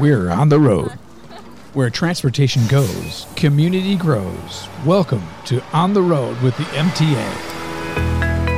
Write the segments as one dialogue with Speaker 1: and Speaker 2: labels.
Speaker 1: We're on the road. Where transportation goes, community grows. Welcome to On the Road with the MTA.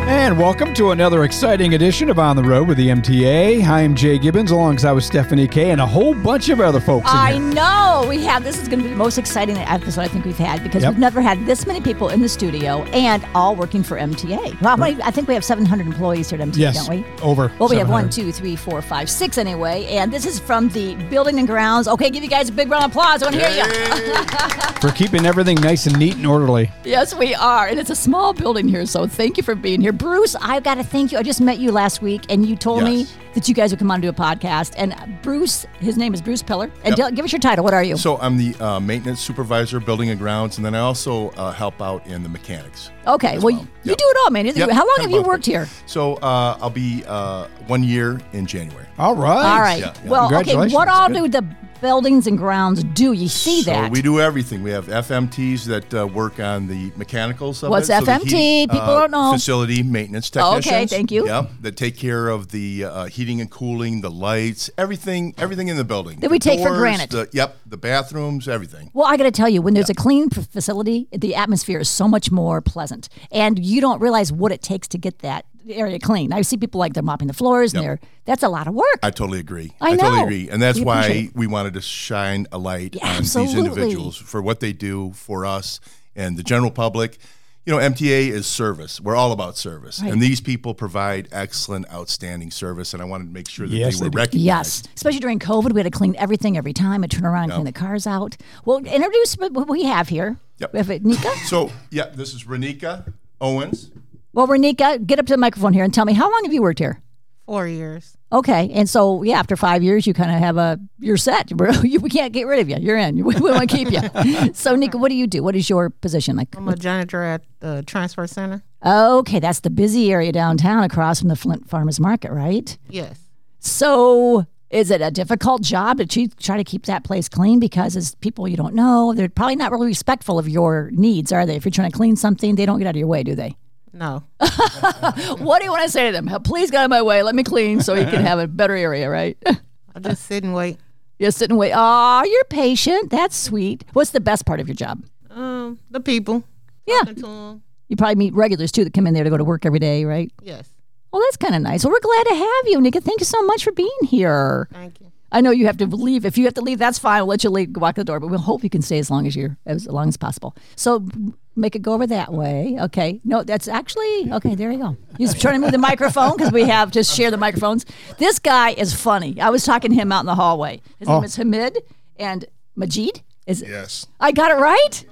Speaker 1: And welcome to another exciting edition of On the Road with the MTA. I am Jay Gibbons alongside with Stephanie Kay and a whole bunch of other folks. in
Speaker 2: I
Speaker 1: here.
Speaker 2: know we have. This is going to be the most exciting episode I think we've had because
Speaker 1: Yep.
Speaker 2: we've never had this many people in the studio and all working for MTA. Well, how many- I think we have 700 employees here at MTA,
Speaker 1: Yes,
Speaker 2: don't we?
Speaker 1: over
Speaker 2: Well, we have one,
Speaker 1: 700.
Speaker 2: two, three, four, five, six anyway. And this is from the building and grounds. Okay, give you guys a big round of applause. I want to hear you.
Speaker 1: For keeping everything nice and neat and orderly.
Speaker 2: Yes, we are. And it's a small building here, so thank you for being here. Bruce, I've got to thank you. I just met you last week, and you told me
Speaker 3: Yes.
Speaker 2: that you guys would come on and do a podcast. And Bruce, his name is Bruce Pillar. And
Speaker 3: Yep.
Speaker 2: tell- give us your title. What are you?
Speaker 3: So I'm the uh, maintenance supervisor, building and grounds, and then I also uh, help out in the mechanics.
Speaker 2: okay,
Speaker 3: as
Speaker 2: well,
Speaker 3: well.
Speaker 2: you
Speaker 3: Yep.
Speaker 2: do it all, man. Isn't
Speaker 3: Yep.
Speaker 2: you? How long have
Speaker 3: Kind of
Speaker 2: you
Speaker 3: both.
Speaker 2: worked here?
Speaker 3: So uh, I'll be uh, one year in January.
Speaker 1: All right.
Speaker 2: All right.
Speaker 3: Yeah, yeah.
Speaker 2: Well, okay,
Speaker 1: Congratulations.
Speaker 2: what all
Speaker 1: Good.
Speaker 2: do the buildings and grounds do? You see
Speaker 3: so
Speaker 2: that.
Speaker 3: we do everything. We have FMTs that uh, work on the mechanicals of
Speaker 2: What's
Speaker 3: it. So the
Speaker 2: FMT?
Speaker 3: heat, uh,
Speaker 2: People don't know. Oh,
Speaker 3: Facility maintenance
Speaker 2: Okay,
Speaker 3: technicians.
Speaker 2: thank you.
Speaker 3: Yep, that take care of the uh, heating and cooling, the lights, everything, everything in the building.
Speaker 2: That
Speaker 3: The
Speaker 2: we take for
Speaker 3: doors,
Speaker 2: granted.
Speaker 3: The, yep, the bathrooms, everything.
Speaker 2: Well, I got to tell you, when there's a clean p- facility, the atmosphere is so much more pleasant, and you don't realize what it takes to get that area clean. I see people like they're mopping the floors, and they're that's a lot of work.
Speaker 3: I totally agree.
Speaker 2: I
Speaker 3: totally
Speaker 2: know.
Speaker 3: agree. And that's
Speaker 2: We appreciate
Speaker 3: why
Speaker 2: it.
Speaker 3: we wanted to shine a light on
Speaker 2: absolutely.
Speaker 3: these individuals for what they do for us and the general public. You know, MTA is service. We're all about service. And these people provide excellent, outstanding service. And I wanted to make sure that
Speaker 1: Yes,
Speaker 3: they were
Speaker 1: they do.
Speaker 3: recognized.
Speaker 2: Yes, especially during COVID, we had to clean everything every time. I turn around, and clean the cars out. Well, introduce what what we have here.
Speaker 3: Yep.
Speaker 2: We have Nika.
Speaker 3: So, yeah, this is Renika Owens.
Speaker 2: Well, Renika, get up to the microphone here and tell me how long have you worked here?
Speaker 4: Four years.
Speaker 2: Okay, and so yeah, after five years, you kind of have a you're set, bro. You, we can't get rid of you. You're in. We, we want to keep you. so, Nika, what do you do? What is your position like?
Speaker 4: I'm a janitor at the transfer center.
Speaker 2: Okay, that's the busy area downtown across from the Flint Farmers Market, right?
Speaker 4: Yes.
Speaker 2: So, is it a difficult job to che- try to keep that place clean because it's people you don't know? They're probably not really respectful of your needs, are they? If you're trying to clean something, they don't get out of your way, do they?
Speaker 4: No.
Speaker 2: What do you want to say to them? Please get out of my way. Let me clean so you can have a better area, right?
Speaker 4: I just sit and wait.
Speaker 2: Yes, sit and wait. Aw, you're patient. That's sweet. What's the best part of your job?
Speaker 4: Um, the people.
Speaker 2: Yeah.
Speaker 4: Talking to 'em.
Speaker 2: You probably meet regulars too that come in there to go to work every day, right?
Speaker 4: Yes.
Speaker 2: Well, that's kind of nice. Well, we're glad to have you, Nika. Thank you so much for being here.
Speaker 4: Thank you.
Speaker 2: I know you have to leave. If you have to leave, that's fine. We'll let you leave, walk the door, but we'll hope you can stay as long as you as long as possible. So make it go over that way. Okay. No, that's actually okay. There you go. He's trying to move the microphone because we have to share the microphones. This guy is funny. I was talking to him out in the hallway. His name is Hamid and Majid. Is
Speaker 5: Yes.
Speaker 2: I got it right?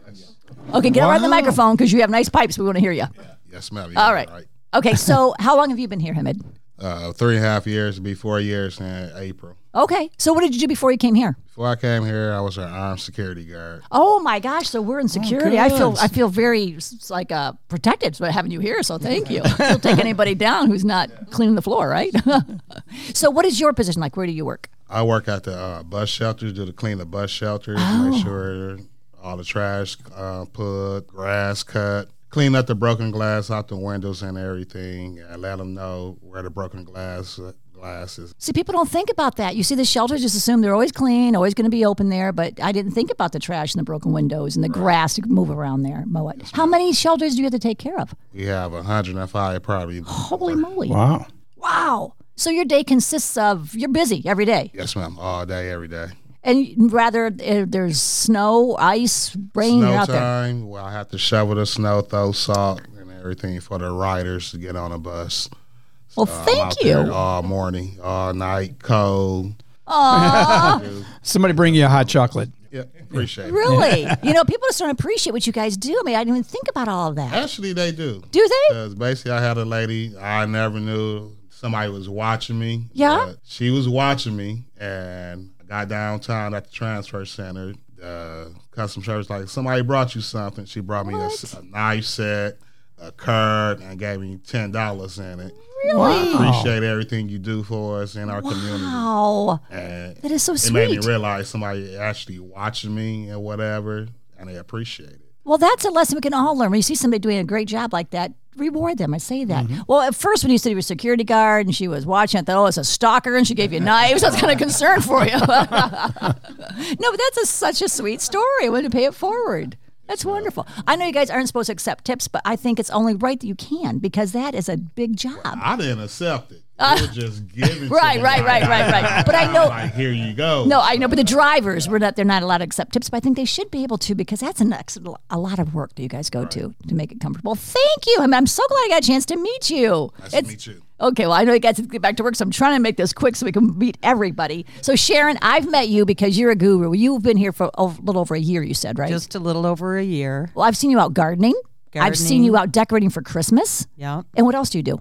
Speaker 2: Okay, get around the microphone because you have nice pipes. We want to hear you.
Speaker 5: Yes, ma'am. You
Speaker 2: All
Speaker 5: got
Speaker 2: right.
Speaker 5: it
Speaker 2: Okay, so how long have you been here, Hamid?
Speaker 5: Uh, three and a half years, be four years in April.
Speaker 2: Okay, so what did you do before you came here?
Speaker 5: Before I came here, I was an armed security guard.
Speaker 2: Oh my gosh! So we're in security. I feel I feel very s- like uh, protected by having you here. So thank you. You'll take anybody down who's not cleaning the floor, right? so what is your position like? Where do you work?
Speaker 5: I work at the uh, bus shelters, do the clean the bus shelters,
Speaker 2: Oh.
Speaker 5: make sure all the trash uh, put, grass cut, clean up the broken glass out the windows and everything, and let them know where the broken glass uh, glass is.
Speaker 2: See, people don't think about that. You see, the shelters just assume they're always clean, always going to be open there. But I didn't think about the trash and the broken windows and the grass to move around there. Mow it. How many shelters do you have to take care of?
Speaker 5: We have 105 probably.
Speaker 2: Holy moly!
Speaker 1: Wow.
Speaker 2: Wow. So your day consists of you're busy every day,
Speaker 5: Yes, ma'am. All day, every day.
Speaker 2: and rather uh, there's snow, ice, rain. you're
Speaker 5: snow
Speaker 2: out there.
Speaker 5: time. Well, I have to shovel the snow, throw salt, and everything for the riders to get on the bus.
Speaker 2: Well,
Speaker 5: Uh, I'm
Speaker 2: thank
Speaker 5: out
Speaker 2: you.
Speaker 5: there all morning, all night, cold.
Speaker 1: Somebody bring you a hot chocolate.
Speaker 5: Yeah, appreciate it.
Speaker 2: Really? you know, people just don't appreciate what you guys do. I mean, I didn't even think about all of that.
Speaker 5: Actually, they do.
Speaker 2: Do they?
Speaker 5: Because basically, I had a lady I never knew. Somebody was watching me.
Speaker 2: Yeah?
Speaker 5: but She was watching me, and I got downtown at the transfer center. Uh, custom service, like, somebody brought you something. She brought me a, s- a knife set, a card, and gave me $10 in it.
Speaker 1: Wow.
Speaker 5: appreciate everything you do for us in our community.
Speaker 2: Wow.
Speaker 5: And
Speaker 2: Oh, That is so
Speaker 5: it made me
Speaker 2: sweet.
Speaker 5: realize somebody actually watching me and whatever, and they appreciate it.
Speaker 2: Well, that's a lesson we can all learn. When you see somebody doing a great job like that, reward them. I say that. Well, at first, when you said you were a security guard and she was watching, I thought, oh, it's a stalker and she gave you knives. I was kind of concerned for you. no, but that's a, such a sweet story. I want to pay it forward. That's wonderful. I know you guys aren't supposed to accept tips, but I think it's only right that you can because that is a big job.
Speaker 5: I didn't accept it. You were just giving.
Speaker 2: Right, right, right, right, right. But I know.
Speaker 5: Like here you go.
Speaker 2: No, I know, but the drivers were not. They're not allowed to accept tips, but I think they should be able to because that's an ex- a lot of work that you guys go to to make it comfortable. Thank you. I mean, I'm so glad I got a chance to meet you.
Speaker 5: Nice to meet you.
Speaker 2: Okay, well, I know you guys have to get back to work, so I'm trying to make this quick so we can meet everybody. So, Sharon, I've met you because you're a guru. You've been here for a little over a year, you said, right?
Speaker 6: Just a little over a year.
Speaker 2: well, I've seen you out gardening. I've seen
Speaker 6: Gardening.
Speaker 2: you out decorating for Christmas.
Speaker 6: Yep.
Speaker 2: And what else do you do?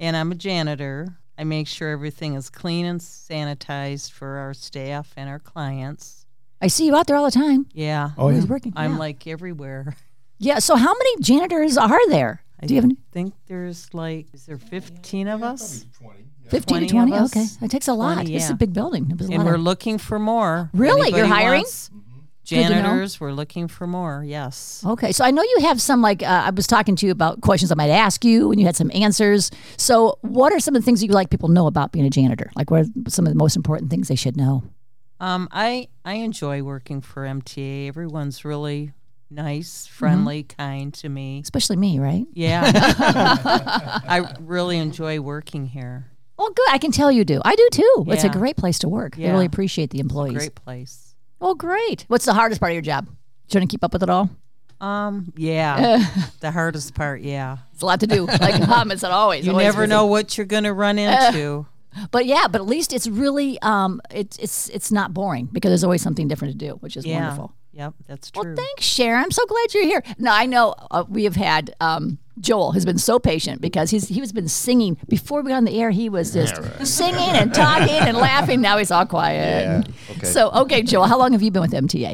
Speaker 6: And I'm a janitor. I make sure everything is clean and sanitized for our staff and our clients.
Speaker 2: I see you out there all the time.
Speaker 6: Yeah.
Speaker 1: Oh, yeah.
Speaker 2: Always working.
Speaker 6: I'm
Speaker 2: yeah.
Speaker 6: like everywhere.
Speaker 2: yeah. So, how many janitors are there? Do you have any?
Speaker 6: think there's like, is there 15 of us?
Speaker 2: 15 to
Speaker 6: 20
Speaker 2: 20
Speaker 6: of us.
Speaker 2: okay it takes a lot
Speaker 6: 20,
Speaker 2: this is a
Speaker 6: yeah.
Speaker 2: big building It was a
Speaker 6: And
Speaker 2: lot
Speaker 6: we're
Speaker 2: of-
Speaker 6: looking for more.
Speaker 2: Really? You're
Speaker 6: Anybody
Speaker 2: hiring?
Speaker 6: wants
Speaker 2: to know.
Speaker 6: janitors, we're looking for more. Yes.
Speaker 2: okay so i know you have some like uh, i was talking to you about questions i might ask you and you had some answers so what are some of the things that you like people to know about being a janitor like what are some of the most important things they should know
Speaker 6: Um, I I enjoy working for MTA. Everyone's really nice,
Speaker 2: Mm-hmm.
Speaker 6: friendly, kind to me.
Speaker 2: especially me right
Speaker 6: Yeah, I really enjoy working here.
Speaker 2: well good i can tell you do i do too it's a
Speaker 6: Yeah.
Speaker 2: great place to work i
Speaker 6: Yeah.
Speaker 2: really appreciate the employees
Speaker 6: Great place.
Speaker 2: oh great what's the hardest part of your job trying to keep up with it all
Speaker 6: Um, yeah, the hardest part. Yeah,
Speaker 2: it's a lot to do like um, it's not always
Speaker 6: you
Speaker 2: always
Speaker 6: never
Speaker 2: busy.
Speaker 6: know what you're gonna run into.
Speaker 2: But yeah, but at least it's really um it's it's it's not boring because there's always something different to do, which is
Speaker 6: yeah.
Speaker 2: wonderful.
Speaker 6: Yep, that's true.
Speaker 2: Well, thanks, Sharon. I'm so glad you're here. No, I know uh, we have had um, Joel has been so patient because he's he was been singing before we got on the air. He was just singing and talking and laughing. Now he's all quiet.
Speaker 7: Yeah, okay.
Speaker 2: So okay, Joel, how long have you been with MTA?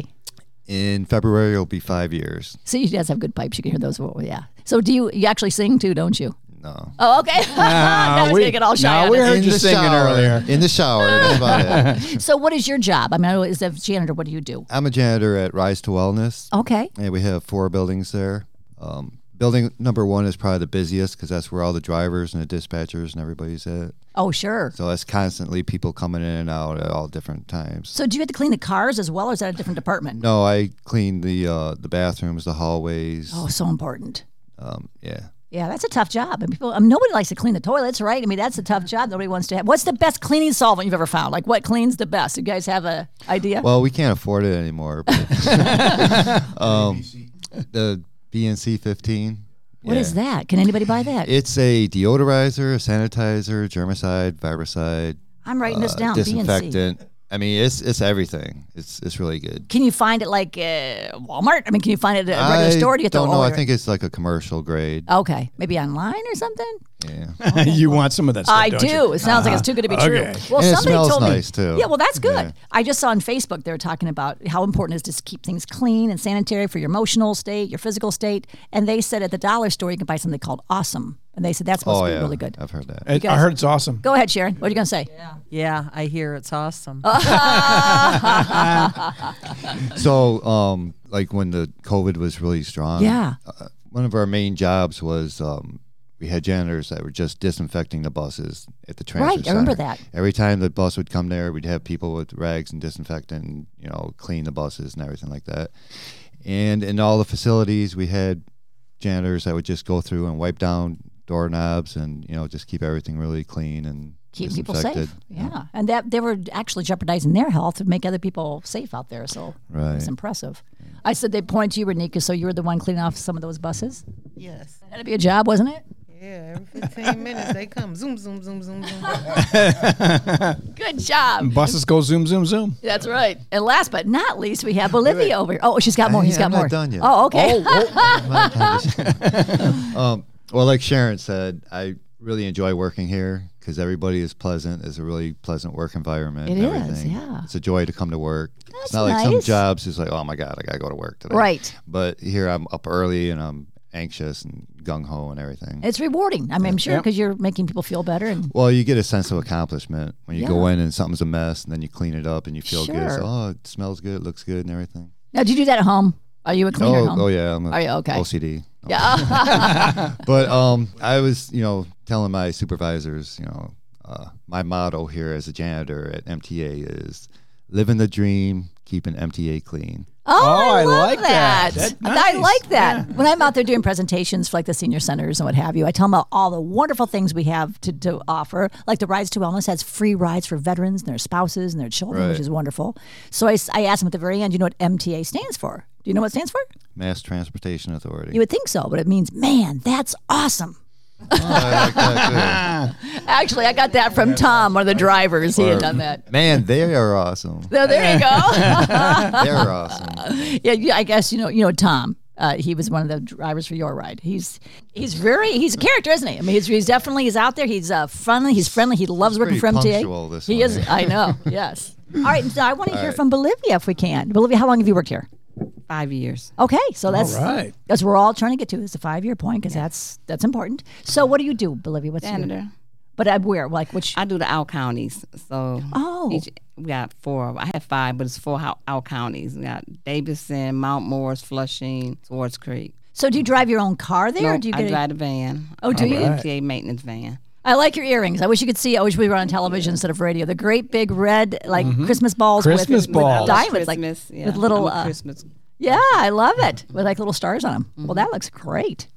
Speaker 7: In February, it'll be five years.
Speaker 2: So you guys have good pipes. You can hear those. Yeah. So do you you actually sing too? Don't you?
Speaker 7: No.
Speaker 2: Oh, okay. That was gonna get all shy.
Speaker 1: nah,
Speaker 2: on
Speaker 1: we
Speaker 2: us.
Speaker 1: heard you singing
Speaker 7: shower.
Speaker 1: earlier.
Speaker 7: In the shower. That's about it.
Speaker 2: So what is your job? I mean, I know as a janitor, what do you do?
Speaker 7: I'm a janitor at Rise to Wellness,
Speaker 2: Okay.
Speaker 7: and we have four buildings there. Um, building number one is probably the busiest because that's where all the drivers and the dispatchers and everybody's at.
Speaker 2: Oh, sure.
Speaker 7: So that's constantly people coming in and out at all different times.
Speaker 2: So do you have to clean the cars as well, or is that a different department?
Speaker 7: No, I clean the uh, the bathrooms, the hallways.
Speaker 2: Oh, so important.
Speaker 7: Um, yeah.
Speaker 2: Yeah, that's a tough job, and people. I mean, nobody likes to clean the toilets, right? I mean, that's a tough job. Nobody wants to have. What's the best cleaning solvent you've ever found? Like, what cleans the best? You guys have a idea?
Speaker 7: Well, we can't afford it anymore. but, um, the BNC 15.
Speaker 2: What is that? Can anybody buy that?
Speaker 7: It's a deodorizer, a sanitizer, germicide, viricide,
Speaker 2: I'm writing this
Speaker 7: uh,
Speaker 2: down. BNC.
Speaker 7: disinfectant. I mean, it's it's everything. It's it's really good.
Speaker 2: Can you find it like uh, Walmart? I mean, can you find it at a regular store? Do you
Speaker 7: I
Speaker 2: have to
Speaker 7: don't know. I
Speaker 2: order it?
Speaker 7: think it's like a commercial grade.
Speaker 2: Okay, maybe online or something.
Speaker 7: Yeah.
Speaker 1: you want some of that stuff?
Speaker 2: I
Speaker 1: don't
Speaker 2: do.
Speaker 1: you? Uh-huh.
Speaker 2: It sounds like it's too good to be
Speaker 1: Okay.
Speaker 2: true. Well,
Speaker 7: And it
Speaker 2: somebody
Speaker 7: smells
Speaker 2: told
Speaker 7: nice,
Speaker 2: me.
Speaker 7: too.
Speaker 2: Yeah, well, that's good.
Speaker 7: Yeah.
Speaker 2: I just saw on Facebook they were talking about how important it is to s- keep things clean and sanitary for your emotional state, your physical state, and they said at the dollar store you can buy something called Awesome, and they said that's supposed
Speaker 7: Oh
Speaker 2: to be
Speaker 7: yeah.
Speaker 2: really good.
Speaker 7: I've heard that.
Speaker 1: I, I heard it's awesome.
Speaker 2: Go ahead, Sharon. What are you gonna say?
Speaker 6: yeah, I hear it's awesome.
Speaker 7: So, um, like when the COVID was really strong.
Speaker 2: Yeah.
Speaker 7: Uh, one of our main jobs was um, we had janitors that were just disinfecting the buses at the transfer
Speaker 2: Right, I remember
Speaker 7: center.
Speaker 2: that.
Speaker 7: Every time the bus would come there, we'd have people with rags and disinfectant, and, you know, clean the buses and everything like that. And in all the facilities, we had janitors that would just go through and wipe down doorknobs and you know just keep everything really clean and
Speaker 2: Keep people
Speaker 7: disinfected.
Speaker 2: safe. Yeah. and that they were actually jeopardizing their health to make other people safe out there. So
Speaker 7: Right.
Speaker 2: it's impressive. I said they pointed to you, Renika, so you were the one cleaning off some of those buses.
Speaker 4: Yes.
Speaker 2: That'd be a job, wasn't it?
Speaker 4: Yeah. Every 15 minutes they come. Zoom, zoom, zoom, zoom, zoom.
Speaker 2: Good job.
Speaker 1: Buses go zoom, zoom, zoom.
Speaker 2: That's right. And last but not least, we have Bolivia over here. Oh, she's got more.
Speaker 7: Hey,
Speaker 2: He's got
Speaker 7: I'm not
Speaker 2: more.
Speaker 7: done yet.
Speaker 2: Oh, okay.
Speaker 7: um, well, like Sharon said, I really enjoy working here because everybody is pleasant. It's a really pleasant work environment.
Speaker 2: It
Speaker 7: and
Speaker 2: is,
Speaker 7: everything.
Speaker 2: yeah.
Speaker 7: It's a joy to come to work.
Speaker 2: That's
Speaker 7: it's not like some
Speaker 2: nice.
Speaker 7: jobs is like, oh my god, I gotta go to work today.
Speaker 2: Right.
Speaker 7: But here I'm up early and I'm anxious and gung ho and everything.
Speaker 2: It's rewarding. I mean, I'm sure because you're making people feel better. And
Speaker 7: well, you get a sense of accomplishment when you go in and something's a mess, and then you clean it up and you feel good.
Speaker 2: Sure.
Speaker 7: So, oh, it smells good, looks good, and everything.
Speaker 2: now, do you do that at home? Are you a cleaner at
Speaker 7: oh,
Speaker 2: home?
Speaker 7: oh yeah, I'm a
Speaker 2: Are you okay?
Speaker 7: OCD. but um, I was, you know, telling my supervisors, you know, uh, my motto here as a janitor at MTA is living the dream, keeping MTA clean.
Speaker 2: Oh,
Speaker 1: Oh,
Speaker 2: I,
Speaker 1: I
Speaker 2: love
Speaker 1: like that.
Speaker 2: that.
Speaker 1: That-
Speaker 2: I
Speaker 1: nice.
Speaker 2: like that. When I'm out there doing presentations for like the senior centers and what have you, I tell them about all the wonderful things we have to, to offer. Like the Rides to Wellness has free rides for veterans and their spouses and their children, which
Speaker 7: Right.
Speaker 2: is wonderful. So I, s- I asked them at the very end, you know what MTA stands for? Do you know what it stands for?
Speaker 7: Mass Transportation Authority.
Speaker 2: You would think so, but it means, man, that's awesome.
Speaker 7: Oh, I like that
Speaker 2: Actually, I got that from Tom, one of the drivers. He had
Speaker 7: Or-
Speaker 2: done that.
Speaker 7: too. Man, they are awesome.
Speaker 2: So there you go.
Speaker 7: They're awesome.
Speaker 2: yeah, yeah, I guess you know, you know, Tom. Uh, he was one of the drivers for your ride. He's he's very he's a character, isn't he? I mean, he's, he's definitely he's out there. He's uh, friendly. He's friendly. He loves working for
Speaker 7: pretty
Speaker 2: MTA.
Speaker 7: punctual, this
Speaker 2: he
Speaker 7: one,
Speaker 2: is. I know. Yes. All right. So I want to hear from Bolivia if we can. Bolivia, how long have you worked here?
Speaker 6: Five years.
Speaker 2: Okay, so that's
Speaker 1: All right.
Speaker 2: that's what we're all trying to get to. It's a five year point because that's that's important. So what do you do, Bolivia? What's your-
Speaker 8: Senator,
Speaker 2: But uh, where? Like which?
Speaker 8: I do the out counties. So
Speaker 2: Oh.
Speaker 8: each, we got four. I had five, but it's four out, out counties. We got Davidson, Mount Morris, Flushing, Swartz Creek.
Speaker 2: so do you drive your own car there? or
Speaker 8: No,
Speaker 2: do you
Speaker 8: I
Speaker 2: get? a-
Speaker 8: drive the van.
Speaker 2: Oh, do you?
Speaker 8: MTA maintenance van.
Speaker 2: I like your earrings. I wish you could see. I wish we were on television instead of radio. The great big red like Christmas balls.
Speaker 1: Mm-hmm. Christmas
Speaker 2: with,
Speaker 1: balls.
Speaker 2: With diamonds,
Speaker 8: Christmas,
Speaker 2: like
Speaker 8: yeah.
Speaker 2: with little.
Speaker 8: I'm a
Speaker 2: Uh,
Speaker 8: Christmas.
Speaker 2: yeah, I love it with like little stars on them. Well, that looks great.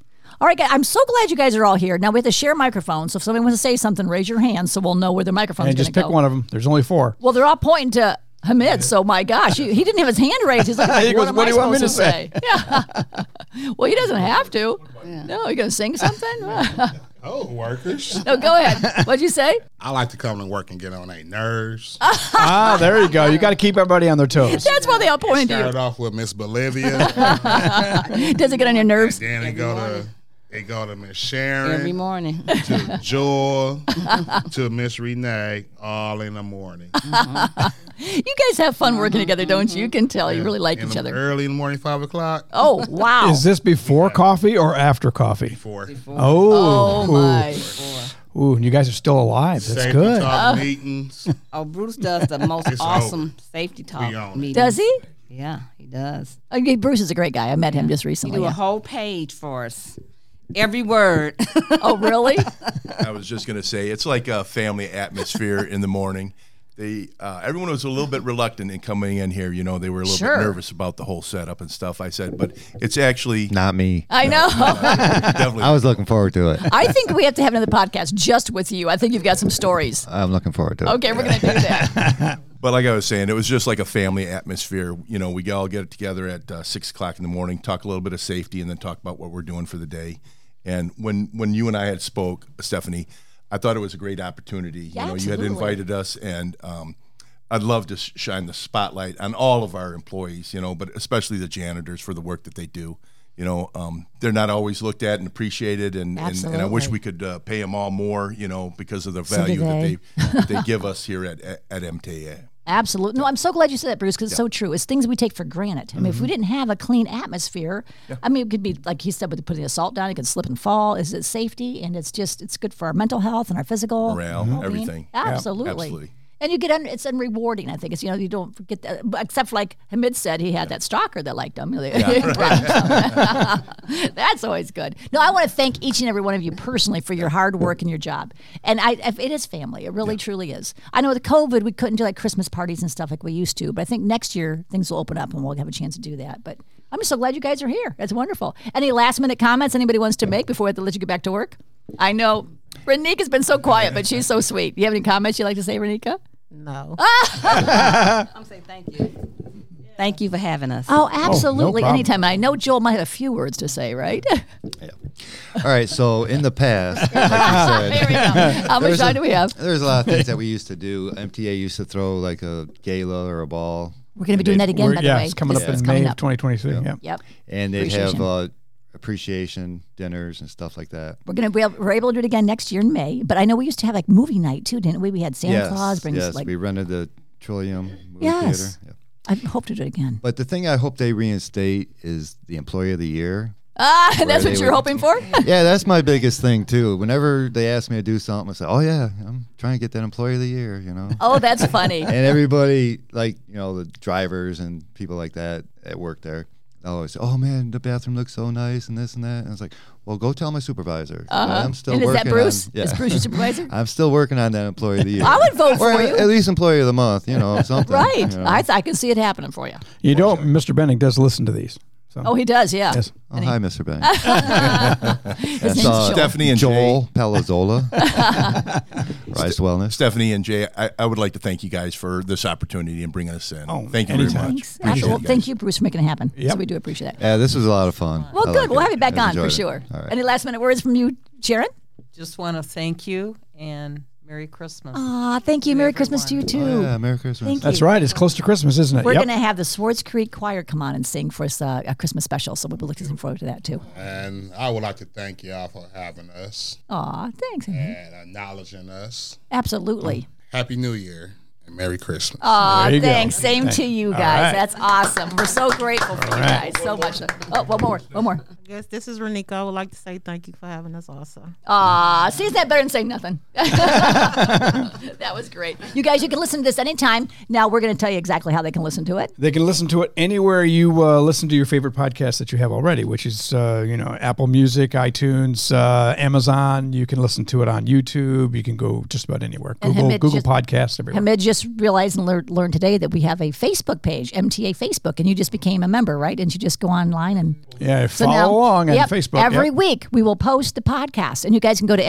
Speaker 2: All right, guys, I'm so glad you guys are all here. Now we have to share microphones. So if somebody wants to say something, raise your hand so we'll know where the microphone's
Speaker 1: And
Speaker 2: going
Speaker 1: just
Speaker 2: to
Speaker 1: pick
Speaker 2: go.
Speaker 1: one of them. There's only four.
Speaker 2: Well, they're all pointing to Hamid. So my gosh, he, he didn't have his hand raised. He's like,
Speaker 1: He
Speaker 2: what,
Speaker 1: goes,
Speaker 2: am
Speaker 1: "What
Speaker 2: I
Speaker 1: do you want me
Speaker 2: supposed
Speaker 1: to
Speaker 2: to say? Yeah. well, he doesn't have to. No, you going to sing something? no,
Speaker 5: Oh, workers.
Speaker 2: go ahead. What'd you say?
Speaker 5: I like to come to work and get on their nerves.
Speaker 1: ah, there you go. You got to keep everybody on their toes.
Speaker 2: That's why they all pointed to
Speaker 5: Start off with Miss Bolivia.
Speaker 2: you. Does it get on your nerves?
Speaker 5: then they go to they go to Miss
Speaker 8: Every
Speaker 5: Sharon,
Speaker 8: morning.
Speaker 5: to Joel, to Miss Renee, all in the morning.
Speaker 2: You guys have fun working together, don't you? You can tell you really like
Speaker 5: In
Speaker 2: each
Speaker 5: the-
Speaker 2: other.
Speaker 5: Early in the morning, five o'clock.
Speaker 2: Oh wow!
Speaker 1: Is this before coffee or after coffee?
Speaker 5: Before
Speaker 1: Oh,
Speaker 2: Oh my!
Speaker 1: Ooh, ooh, and you guys are still alive. That's
Speaker 5: safety
Speaker 1: good.
Speaker 2: Uh-huh.
Speaker 5: talk meetings.
Speaker 8: Oh, Bruce does the most
Speaker 5: It's
Speaker 8: awesome safety talk
Speaker 5: We own it.
Speaker 8: meeting.
Speaker 2: Does he?
Speaker 8: Yeah, he does.
Speaker 2: Okay, Bruce is a great guy. I met him just
Speaker 8: He
Speaker 2: recently.
Speaker 8: do a whole page for us. Every word.
Speaker 2: Oh really?
Speaker 3: I was just gonna say it's like a family atmosphere in the morning. They uh, everyone was a little bit reluctant in coming in here. You know, they were a little
Speaker 2: Sure.
Speaker 3: bit nervous about the whole setup and stuff. I said, but it's actually
Speaker 7: Not me.
Speaker 2: I know.
Speaker 3: definitely
Speaker 7: I was looking forward to it.
Speaker 2: I think we have to have another podcast just with you. I think you've got some stories.
Speaker 7: I'm looking forward to it.
Speaker 2: Okay, we're gonna do that.
Speaker 3: But like I was saying, it was just like a family atmosphere. You know, we all get together at uh, six o'clock in the morning, talk a little bit of safety, and then talk about what we're doing for the day. And when when you and I had spoke, Stephanie, I thought it was a great opportunity. you know,
Speaker 2: absolutely.
Speaker 3: you had invited us, and um, I'd love to sh- shine the spotlight on all of our employees. You know, but especially the janitors for the work that they do. You know, um, they're not always looked at and appreciated, and, and, and I wish
Speaker 2: Absolutely.
Speaker 3: we could uh, pay them all more. You know, because of the
Speaker 2: do
Speaker 3: value
Speaker 2: they.
Speaker 3: that they they give us here at at, at MTA.
Speaker 2: Absolutely. No, I'm so glad you said that, Bruce, because it's so true. It's things we take for granted. I mean,
Speaker 3: Mm-hmm.
Speaker 2: if we didn't have a clean atmosphere, I mean, it could be like he said with putting the salt down, it could slip and fall. Is it safety? And it's just it's good for our mental health and our physical
Speaker 3: Morale,
Speaker 2: well-being.
Speaker 3: everything. Yeah,
Speaker 2: Absolutely.
Speaker 3: absolutely.
Speaker 2: And you get un, it's unrewarding. I think it's you know you don't forget that. but Except for like Hamid said, he had that stalker that liked him. That's always good. No, I want to thank each and every one of you personally for your hard work and your job. And I, if- it is family. It really, truly is. I know with COVID, we couldn't do like Christmas parties and stuff like we used to, but I think next year things will open up and we'll have a chance to do that. But I'm so glad you guys are here. That's wonderful. Any last minute comments anybody wants to make before I have to let you get back to work? I know. Renika has been so quiet, but she's so sweet. You have any comments you'd like to say, Renika?
Speaker 4: No.
Speaker 8: I'm saying thank you. Thank you for having us.
Speaker 2: Oh, absolutely.
Speaker 1: problem.
Speaker 2: Anytime. And I know Joel might have a few words to say, right?
Speaker 7: All right. So in the past, like you
Speaker 2: Here
Speaker 7: said,
Speaker 2: we go. How much
Speaker 7: There's
Speaker 2: time
Speaker 7: a-
Speaker 2: do we have?
Speaker 7: there's a lot of things that we used to do. MTA used to throw like a gala or a ball,
Speaker 2: We're going to be doing that again,
Speaker 1: We're-
Speaker 2: by the
Speaker 1: yeah,
Speaker 2: way.
Speaker 1: it's coming
Speaker 2: This
Speaker 1: up
Speaker 2: is
Speaker 1: in May of 2023. Yeah.
Speaker 2: Yep.
Speaker 7: and they'd
Speaker 2: Appreciation.
Speaker 7: have uh, appreciation dinners and stuff like that.
Speaker 2: We're gonna we'll- we're able to do it again next year in May. But I know we used to have like movie night too, didn't we? We had Santa Claus brings
Speaker 7: yes.
Speaker 2: like
Speaker 7: we rented the Trillium movie
Speaker 2: Yes.
Speaker 7: theater. Yeah.
Speaker 2: I hope to do it again.
Speaker 7: But the thing I hope they reinstate is the Employee of the Year.
Speaker 2: Ah, that's
Speaker 7: they
Speaker 2: what you're
Speaker 7: would-
Speaker 2: hoping for?
Speaker 7: yeah, that's my biggest thing too. Whenever they ask me to do something, I say, "Oh yeah, I'm trying to get that Employee of the Year," you know.
Speaker 2: Oh, that's funny.
Speaker 7: and everybody like you know the drivers and people like that at work there always, oh man, the bathroom looks so nice and this and that. And I was like, well, go tell my supervisor. that I'm still
Speaker 2: Uh-huh. and is that
Speaker 7: working
Speaker 2: Bruce?
Speaker 7: on- yeah.
Speaker 2: Is Bruce your supervisor?
Speaker 7: I'm still working on that employee of the year.
Speaker 2: I would vote
Speaker 7: or
Speaker 2: for
Speaker 7: at,
Speaker 2: you.
Speaker 7: at least employee of the month, you know, something.
Speaker 2: right.
Speaker 7: you know.
Speaker 2: I, I can see it happening for you.
Speaker 1: You know, Mr. Benning does listen to these. So.
Speaker 2: Oh, he does. Yeah.
Speaker 1: Yes.
Speaker 7: Oh, hi, Mr. Banks.
Speaker 2: His
Speaker 7: That's
Speaker 2: name's
Speaker 7: all.
Speaker 2: Joel.
Speaker 3: Stephanie and Jay.
Speaker 7: Joel Palazzola. Rise Wellness.
Speaker 3: Stephanie and Jay, I, I would like to thank you guys for this opportunity and bringing us in.
Speaker 1: Oh,
Speaker 3: thank you
Speaker 1: anytime.
Speaker 3: very much.
Speaker 2: Thanks.
Speaker 3: Appreciate
Speaker 2: Absolutely.
Speaker 3: you guys.
Speaker 2: Thank you, Bruce, for making it happen. So
Speaker 1: Yep.
Speaker 2: we do appreciate that.
Speaker 7: Yeah, this was a lot of fun.
Speaker 2: Well,
Speaker 7: I
Speaker 2: good.
Speaker 7: like
Speaker 2: we'll
Speaker 7: it.
Speaker 2: have you back
Speaker 7: I've
Speaker 2: on for
Speaker 7: enjoyed it.
Speaker 2: sure.
Speaker 7: All right.
Speaker 2: Any last minute words from you, Sharon?
Speaker 6: Just want to thank you and Merry Christmas.
Speaker 2: Aw, thank you. Merry Christmas to you too.
Speaker 7: Oh, yeah, Merry Christmas.
Speaker 2: Thank
Speaker 1: That's
Speaker 2: you.
Speaker 1: right. It's close to Christmas, isn't it?
Speaker 2: We're
Speaker 1: Yep.
Speaker 2: going to have the Swartz Creek Choir come on and sing for us uh, a Christmas special, so we'll be looking forward to that too.
Speaker 5: And I would like to thank y'all for having us
Speaker 2: Aw, thanks. Amy.
Speaker 5: and acknowledging us.
Speaker 2: Absolutely.
Speaker 5: Happy New Year and Merry Christmas.
Speaker 2: Aw,
Speaker 1: There you go.
Speaker 2: thanks. Same to you
Speaker 1: right.
Speaker 2: guys. That's awesome. We're so grateful for you
Speaker 1: right.
Speaker 2: guys. So much. Oh, one more. One more.
Speaker 4: Yes, this is Renika. I would like to say thank you for having us also.
Speaker 2: Aw, see, is that better than saying nothing? that was great. You guys, you can listen to this anytime. Now we're going to tell you exactly how they can listen to it.
Speaker 1: They can listen to it anywhere you uh, listen to your favorite podcast that you have already, which is uh, you know Apple Music, iTunes, uh, Amazon. You can listen to it on YouTube. You can go just about anywhere.
Speaker 2: And
Speaker 1: Google
Speaker 2: Hamid
Speaker 1: Google
Speaker 2: just-
Speaker 1: Podcasts everywhere.
Speaker 2: Hamid just realized and learned, learned today that we have a Facebook page, MTA Facebook, and you just became a member, right? Didn't you just go online and
Speaker 1: yeah,
Speaker 2: So
Speaker 1: follow
Speaker 2: now-
Speaker 1: along on
Speaker 2: yep,
Speaker 1: Facebook.
Speaker 2: Every
Speaker 1: Yep.
Speaker 2: week we will post the podcast, and you guys can go to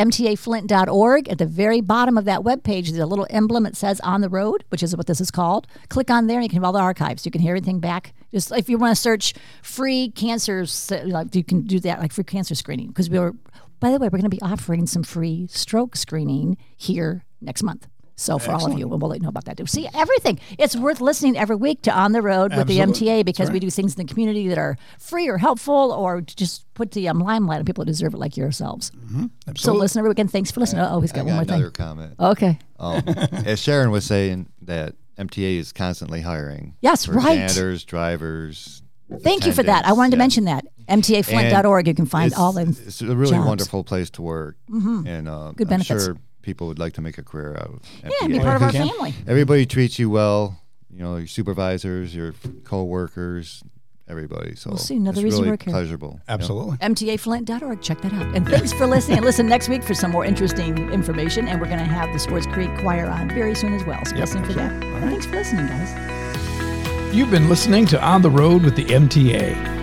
Speaker 2: mtaflint.org. At the very bottom of that webpage, there's a little emblem that says "On the Road," which is what this is called. Click on there, and you can have all the archives. You can hear everything back. Just if you want to search free cancer, s- like you can do that, like free cancer screening, because we were. By the way, we're going to be offering some free stroke screening here next month. So for all of you, and we'll let you know about that too. See everything. It's worth listening every week to On the Road with the
Speaker 1: Absolutely.
Speaker 2: MTA today because we do things in the community that are free or helpful or just put the um, limelight on people that deserve it like yourselves. So
Speaker 1: Mm-hmm. Absolutely.
Speaker 2: listen every weekend. Thanks for listening. Oh, he's
Speaker 7: I
Speaker 2: got one
Speaker 7: got
Speaker 2: more
Speaker 7: another
Speaker 2: thing.
Speaker 7: comment.
Speaker 2: Okay.
Speaker 7: Um, as Sharon was saying, that MTA is constantly hiring.
Speaker 2: Yes,
Speaker 7: for
Speaker 2: right.
Speaker 7: Janitors, drivers.
Speaker 2: Thank you for that. I
Speaker 7: attendants,
Speaker 2: wanted to
Speaker 7: yeah.
Speaker 2: mention that. MTAFlint.org. You can find
Speaker 7: it's,
Speaker 2: all the
Speaker 7: It's a really
Speaker 2: jobs. Mm-hmm.
Speaker 7: wonderful place to work, and uh,
Speaker 2: Good
Speaker 7: I'm
Speaker 2: benefits.
Speaker 7: sure people would like to make a career out of. MTA.
Speaker 2: Yeah, and be part of
Speaker 1: If
Speaker 2: our
Speaker 1: you can.
Speaker 2: family.
Speaker 7: Everybody treats you well. You know, your supervisors, your co-workers, everybody. So
Speaker 2: see, another
Speaker 7: it's
Speaker 2: reason to
Speaker 7: really
Speaker 2: work here.
Speaker 7: pleasurable. you know?
Speaker 1: Absolutely.
Speaker 2: MTAFlint.org. Check that out. And thanks for listening. And listen next week for some more interesting information. And we're going to have the Sports Creek Choir on very soon as well. So
Speaker 1: Yep,
Speaker 2: listen for that.
Speaker 1: absolutely. All right.
Speaker 2: And Thanks for listening, guys.
Speaker 1: You've been listening to On the Road with the MTA.